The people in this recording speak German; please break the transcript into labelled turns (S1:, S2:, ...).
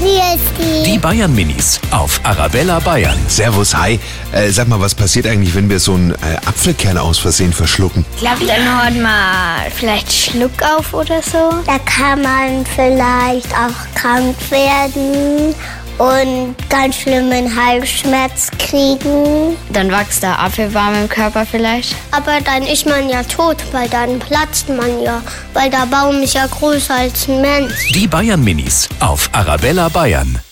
S1: Wie ist
S2: Die Bayern Minis auf Arabella Bayern.
S3: Servus, hi. Äh, sag mal, was passiert eigentlich, wenn wir so einen äh, Apfelkern aus Versehen verschlucken?
S4: glaube, dann haut man vielleicht Schluck auf oder so.
S1: Da kann man vielleicht auch krank werden und ganz schlimmen Halsschmerz kriegen.
S4: Dann wächst der Apfel warm im Körper vielleicht.
S1: Aber dann ist man ja tot, weil dann platzt man ja, weil der Baum ist ja größer als ein Mensch.
S2: Die Bayern Minis auf Arabella Bayern.